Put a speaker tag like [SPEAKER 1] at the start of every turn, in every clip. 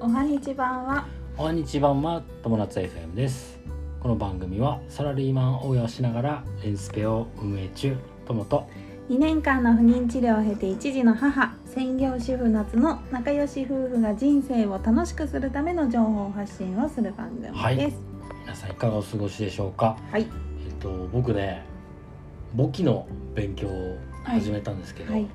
[SPEAKER 1] おはにちばんは
[SPEAKER 2] おはにちばんは友達 FM ですこの番組はサラリーマン応援をしながらレンスペを運営中友と
[SPEAKER 1] 2年間の不妊治療を経て一児の母専業主婦夏の仲良し夫婦が人生を楽しくするための情報発信をする番組
[SPEAKER 2] はい
[SPEAKER 1] です
[SPEAKER 2] 皆さんいかがお過ごしでしょうか
[SPEAKER 1] はい
[SPEAKER 2] えっと僕ね簿記の勉強を始めたんですけど、
[SPEAKER 1] はい、う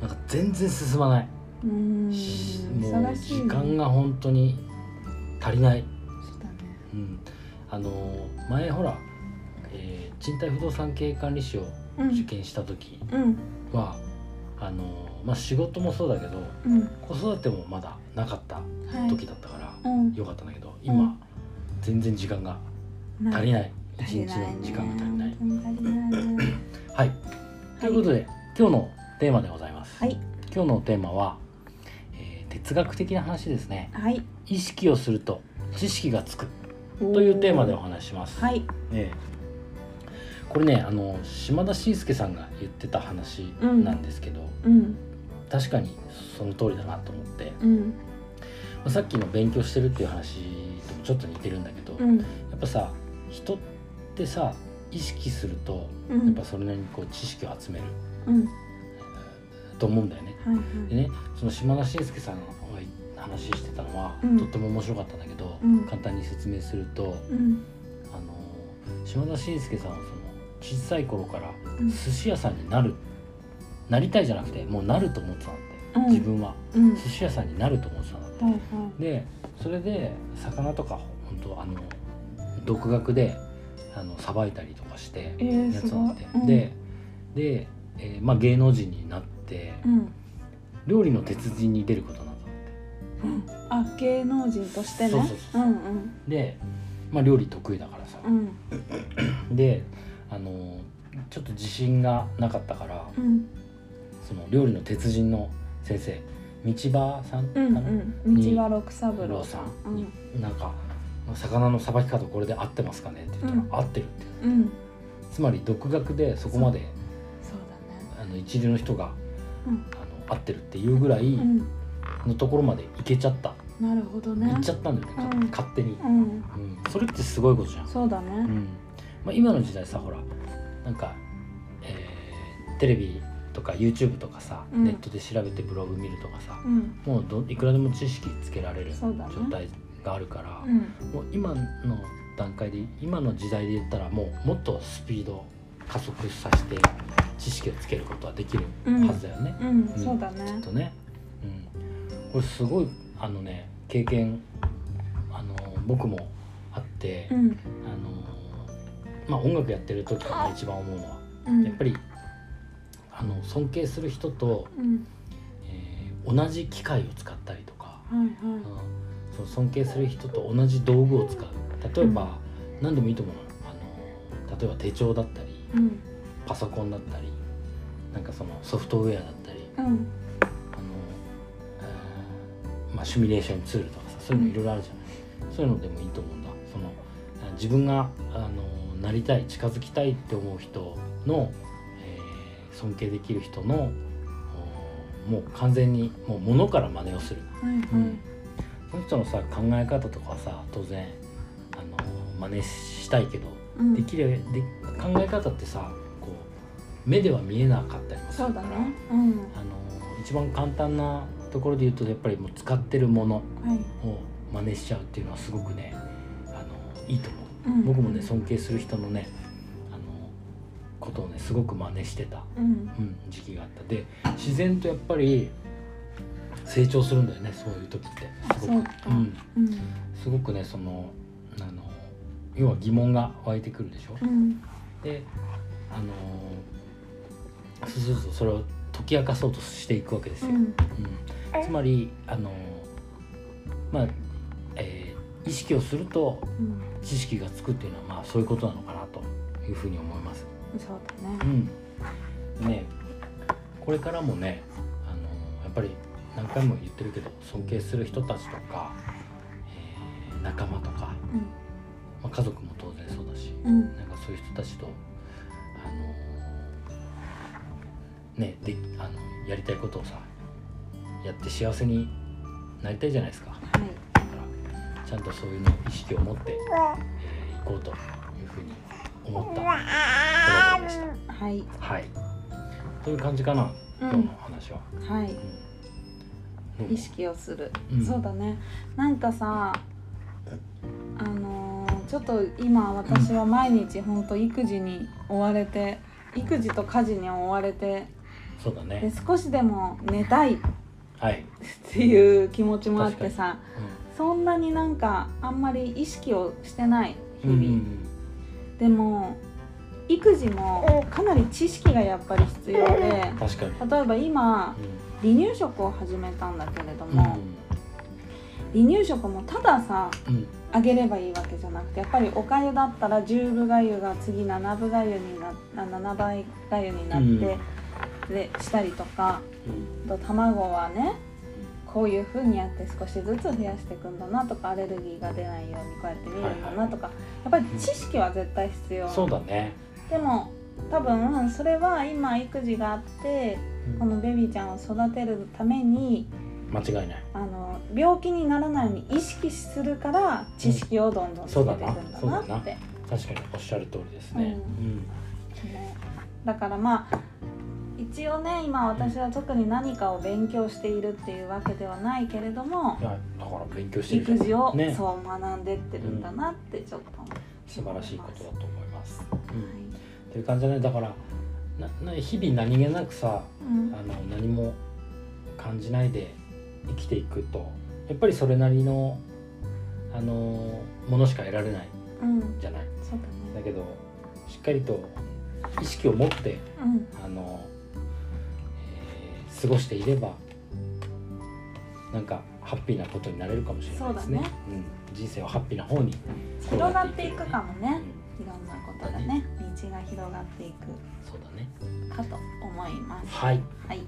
[SPEAKER 2] なんか全然進まない、
[SPEAKER 1] ーん
[SPEAKER 2] しも
[SPEAKER 1] 忙
[SPEAKER 2] う
[SPEAKER 1] しい
[SPEAKER 2] 時
[SPEAKER 1] ね
[SPEAKER 2] 間が本当に足りない、
[SPEAKER 1] そうだね
[SPEAKER 2] うん、あの前ほら、えー賃貸不動産経営管理士を
[SPEAKER 1] うん
[SPEAKER 2] 受験した時
[SPEAKER 1] うん
[SPEAKER 2] は、あのまあ、仕事もそうだけど
[SPEAKER 1] うん
[SPEAKER 2] 子育てもまだなかった
[SPEAKER 1] はい
[SPEAKER 2] 時だったから、
[SPEAKER 1] うん
[SPEAKER 2] よかったんだけど
[SPEAKER 1] う
[SPEAKER 2] 今
[SPEAKER 1] ん、
[SPEAKER 2] 全然時間が足りない一日の時間が足りない。
[SPEAKER 1] 足りないね
[SPEAKER 2] はい、ということで今日のテーマでございます。
[SPEAKER 1] はい
[SPEAKER 2] 今日のテーマは、えー哲学的な話ですね。
[SPEAKER 1] はい
[SPEAKER 2] 意識をすると知識がつく というテーマでお話しします。
[SPEAKER 1] はい
[SPEAKER 2] ええこれねあの島田紳介さんが言ってた話なんですけど、
[SPEAKER 1] うん
[SPEAKER 2] 確かにその通りだなと思って、
[SPEAKER 1] うん
[SPEAKER 2] まあさっきの勉強してるっていう話ともちょっと似てるんだけど、
[SPEAKER 1] う
[SPEAKER 2] や
[SPEAKER 1] ん
[SPEAKER 2] っぱさ人ってさ意識すると
[SPEAKER 1] うん
[SPEAKER 2] やっぱそれなりにこう知識を集める
[SPEAKER 1] うん
[SPEAKER 2] と思うんだよね。
[SPEAKER 1] はいは
[SPEAKER 2] で
[SPEAKER 1] い
[SPEAKER 2] ねその島田紳介さんが話してたのは、
[SPEAKER 1] うん
[SPEAKER 2] とっても面白かったんだけど、
[SPEAKER 1] うん
[SPEAKER 2] 簡単に説明すると
[SPEAKER 1] うん
[SPEAKER 2] あの島田紳介さんはその小さい頃から
[SPEAKER 1] うん
[SPEAKER 2] 寿司屋さんになる、なりたいじゃなくてもうなると思ってたんだって、
[SPEAKER 1] うん
[SPEAKER 2] 自分は
[SPEAKER 1] うん
[SPEAKER 2] 寿司屋さんになると思ってたんだって。
[SPEAKER 1] はいはい
[SPEAKER 2] でそれで魚とか本当あの独学であのさばいたりとかして
[SPEAKER 1] えー
[SPEAKER 2] やつなんて、
[SPEAKER 1] すごいうん
[SPEAKER 2] でで、えーまあ、芸能人になって、
[SPEAKER 1] うん
[SPEAKER 2] 料理の鉄人に出ることになったんだって
[SPEAKER 1] うんあ芸能人としてね
[SPEAKER 2] そうそうそう
[SPEAKER 1] うんうん
[SPEAKER 2] で、まあ、料理得意だからさ、
[SPEAKER 1] うん
[SPEAKER 2] であのちょっと自信がなかったから
[SPEAKER 1] うん
[SPEAKER 2] その料理の鉄人の先生道場さんか
[SPEAKER 1] う
[SPEAKER 2] な、
[SPEAKER 1] んうん道は六三
[SPEAKER 2] ブロ
[SPEAKER 1] 郎
[SPEAKER 2] ーさ
[SPEAKER 1] うん
[SPEAKER 2] に、なんか「魚のさばき方これで合ってますかね?」って言ったら「
[SPEAKER 1] うん
[SPEAKER 2] 合ってる」って
[SPEAKER 1] んうん
[SPEAKER 2] つまり独学でそこまで
[SPEAKER 1] そうだね
[SPEAKER 2] あの一流の人が
[SPEAKER 1] うん
[SPEAKER 2] あの合ってるっていうぐらい
[SPEAKER 1] うん
[SPEAKER 2] のところまで行けちゃった、
[SPEAKER 1] なるほど
[SPEAKER 2] 行
[SPEAKER 1] ね
[SPEAKER 2] っちゃったんだよね、か
[SPEAKER 1] うん
[SPEAKER 2] 勝手に、
[SPEAKER 1] うん
[SPEAKER 2] うんそれってすごいことじゃん、
[SPEAKER 1] そうだ
[SPEAKER 2] う
[SPEAKER 1] ね
[SPEAKER 2] んまあ、今の時代さほらなんか、えーテレビとか YouTube とかさ、
[SPEAKER 1] うん
[SPEAKER 2] ネットで調べてブログ見るとかさ
[SPEAKER 1] うん
[SPEAKER 2] もうどいくらでも知識つけられる
[SPEAKER 1] そうだね
[SPEAKER 2] 状態があるから、
[SPEAKER 1] うん
[SPEAKER 2] もう今の段階で今の時代で言ったらもうもっとスピード加速させて知識をつけることはできるはずだよね、
[SPEAKER 1] うん
[SPEAKER 2] うん
[SPEAKER 1] そうだ
[SPEAKER 2] き
[SPEAKER 1] ね
[SPEAKER 2] っとね、うん、これすごいあのね経験あの僕もあって、
[SPEAKER 1] うん
[SPEAKER 2] あのまあ音楽やってる時が一番思うのは
[SPEAKER 1] うん
[SPEAKER 2] やっぱりあの尊敬する人と、
[SPEAKER 1] うん
[SPEAKER 2] えー同じ機械を使ったりとか、
[SPEAKER 1] はい
[SPEAKER 2] うん
[SPEAKER 1] は
[SPEAKER 2] その尊敬する人と同じ道具を使う例えば、何でもいいと思うのあの例えば手帳だったり
[SPEAKER 1] いうん
[SPEAKER 2] パソコンだったりなんかそのソフトウェアだったり
[SPEAKER 1] うん
[SPEAKER 2] あの、えーまあ、シミュレーションツールとかさそういうのいろいろあるじゃない、そういうのでもいいと思うんだそのあ自分があのなりたい近づきたいって思う人の、えー尊敬できる人のおもう完全にもう物から真似をする、
[SPEAKER 1] はいはい
[SPEAKER 2] その人のさ考え方とかはさ当然あの真似したいけど
[SPEAKER 1] うん
[SPEAKER 2] できるで考え方ってさこう目では見えなかったりもす
[SPEAKER 1] そ
[SPEAKER 2] る
[SPEAKER 1] う
[SPEAKER 2] か
[SPEAKER 1] だ
[SPEAKER 2] ら
[SPEAKER 1] ねうんは
[SPEAKER 2] あの一番簡単なところで言うとやっぱりもう使ってるものを
[SPEAKER 1] い
[SPEAKER 2] 真似しちゃうっていうのはすごくねあのいいと思
[SPEAKER 1] うん
[SPEAKER 2] う僕もね尊敬する人のねあのことをねすごく真似してた、
[SPEAKER 1] うん
[SPEAKER 2] うん、時期があったで自然とやっぱり成長するんだよねそういう時ってすごく
[SPEAKER 1] あそうか
[SPEAKER 2] ん、
[SPEAKER 1] うん
[SPEAKER 2] すごくねそのあの要は疑問が湧いてくるでしょ、
[SPEAKER 1] うん
[SPEAKER 2] であのそうするとそれを解き明かそうとしていくわけです
[SPEAKER 1] う
[SPEAKER 2] よ、
[SPEAKER 1] ん
[SPEAKER 2] うんつまりあのまあ、えー意識をすると
[SPEAKER 1] うん
[SPEAKER 2] 知識がつくっていうのはまあそういうことなのかなというふうに思います。
[SPEAKER 1] そうだね
[SPEAKER 2] うん、ねこれからもねあのやっぱり何回も言ってるけど尊敬する人たちとか、えー仲間とか、まあ、家族も当然そうだし
[SPEAKER 1] うんうん
[SPEAKER 2] なんかそういう人たちとあのねであのやりたいことをさやって幸せになりたいじゃないですか。ちゃんとそういうの意識を持って、えー行こうというふうに思ったプログラムでした。
[SPEAKER 1] はい
[SPEAKER 2] はい。という感じかな、
[SPEAKER 1] う
[SPEAKER 2] 今日の
[SPEAKER 1] ん
[SPEAKER 2] 話は。
[SPEAKER 1] はい
[SPEAKER 2] うん
[SPEAKER 1] 意識をする、
[SPEAKER 2] うん
[SPEAKER 1] そうだねなんかさあのーちょっと今私は毎日ほんと育児に追われて育児と家事に追われて
[SPEAKER 2] そうだ
[SPEAKER 1] で
[SPEAKER 2] ね。
[SPEAKER 1] 少しでも寝たいっ
[SPEAKER 2] はい。
[SPEAKER 1] ていう気持ちもあってさ
[SPEAKER 2] う
[SPEAKER 1] そんなになんかあんまり意識をしてない日
[SPEAKER 2] んう
[SPEAKER 1] 々、
[SPEAKER 2] ん
[SPEAKER 1] でも育児もかなり知識がやっぱり必要で
[SPEAKER 2] うん。確かに。
[SPEAKER 1] 例えば今
[SPEAKER 2] う
[SPEAKER 1] 離乳食を始めたんだけれど
[SPEAKER 2] ん。
[SPEAKER 1] も、離乳食もたださ
[SPEAKER 2] うん。うん。
[SPEAKER 1] あげればいいわけじゃなくてやっぱりおかゆだったら10分がゆが次7分がゆになあ7倍がゆになって、でしたりとか
[SPEAKER 2] うん。
[SPEAKER 1] あと卵はねこういう風にやって少しずつ増やしていくんだなとかアレルギーが出ないようにこうやって見るんだなとか、やっぱり知識は絶対必要
[SPEAKER 2] そうだね。
[SPEAKER 1] でも多分それは今育児があって
[SPEAKER 2] うん
[SPEAKER 1] このベビーちゃんを育てるために
[SPEAKER 2] 間違いない。
[SPEAKER 1] あの病気にならないように意識するから知識をどんどんつけていくんだ
[SPEAKER 2] うんそうだな
[SPEAKER 1] なって、
[SPEAKER 2] 確かにおっしゃる通りですね。
[SPEAKER 1] う
[SPEAKER 2] うん。
[SPEAKER 1] ねだからまあ一応ね今私は特に何かを勉強しているっていうわけではないけれども
[SPEAKER 2] いやだから勉強してるじゃ
[SPEAKER 1] 育
[SPEAKER 2] ん
[SPEAKER 1] 児を
[SPEAKER 2] ね
[SPEAKER 1] そう学んでってるんだなってちょっと思います
[SPEAKER 2] 素晴らしいことだと思います。うん。
[SPEAKER 1] は
[SPEAKER 2] という感じだね。だからなな日々何気なくさ
[SPEAKER 1] いうん
[SPEAKER 2] あの何も感じないで生きていくとやっぱりそれなりのあのものしか得られない
[SPEAKER 1] うん
[SPEAKER 2] じゃない
[SPEAKER 1] そうだ
[SPEAKER 2] だ
[SPEAKER 1] ね
[SPEAKER 2] けどしっかりと意識を持って
[SPEAKER 1] うん
[SPEAKER 2] あの、えー過ごしていればなんかハッピーなことになれるかもしれないですね
[SPEAKER 1] そうだね
[SPEAKER 2] うん、人生はハッピーな方に
[SPEAKER 1] 広がっていくかも
[SPEAKER 2] う
[SPEAKER 1] ね
[SPEAKER 2] ん、
[SPEAKER 1] いろんなことがね道が広がってい
[SPEAKER 2] そうだね
[SPEAKER 1] くかと思います
[SPEAKER 2] はい
[SPEAKER 1] はい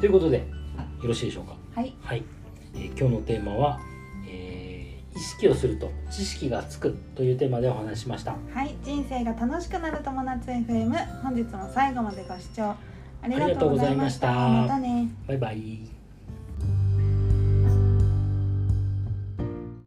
[SPEAKER 2] ということでよろしいでしょうか
[SPEAKER 1] はい
[SPEAKER 2] はい、えー今日のテーマは、えー意識をすると知識がつくというテーマでお話ししました
[SPEAKER 1] はい、人生が楽しくなる友達 FM 本日も最後までご視聴ありがとうございました
[SPEAKER 2] ありがとうご
[SPEAKER 1] ま
[SPEAKER 2] ざいました
[SPEAKER 1] たね
[SPEAKER 2] バイバイ